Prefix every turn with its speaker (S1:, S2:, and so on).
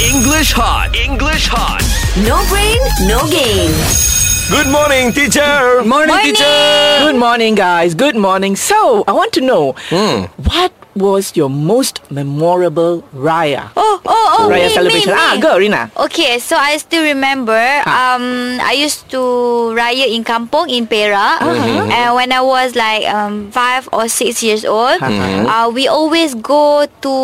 S1: English hot. English hot.
S2: No brain, no game.
S1: Good morning, teacher.
S3: Morning,
S2: Morning.
S3: teacher. Good morning, guys. Good morning. So, I want to know what was your most memorable Raya?
S4: Oh, oh, oh,
S3: Raya
S4: me, me,
S3: celebration. Ah,
S4: me.
S3: go, Rina.
S4: Okay, so I still remember um I used to raya in kampung in Perak. And when I was like um 5 or 6 years old,
S3: Mhm.
S4: uh, we always go to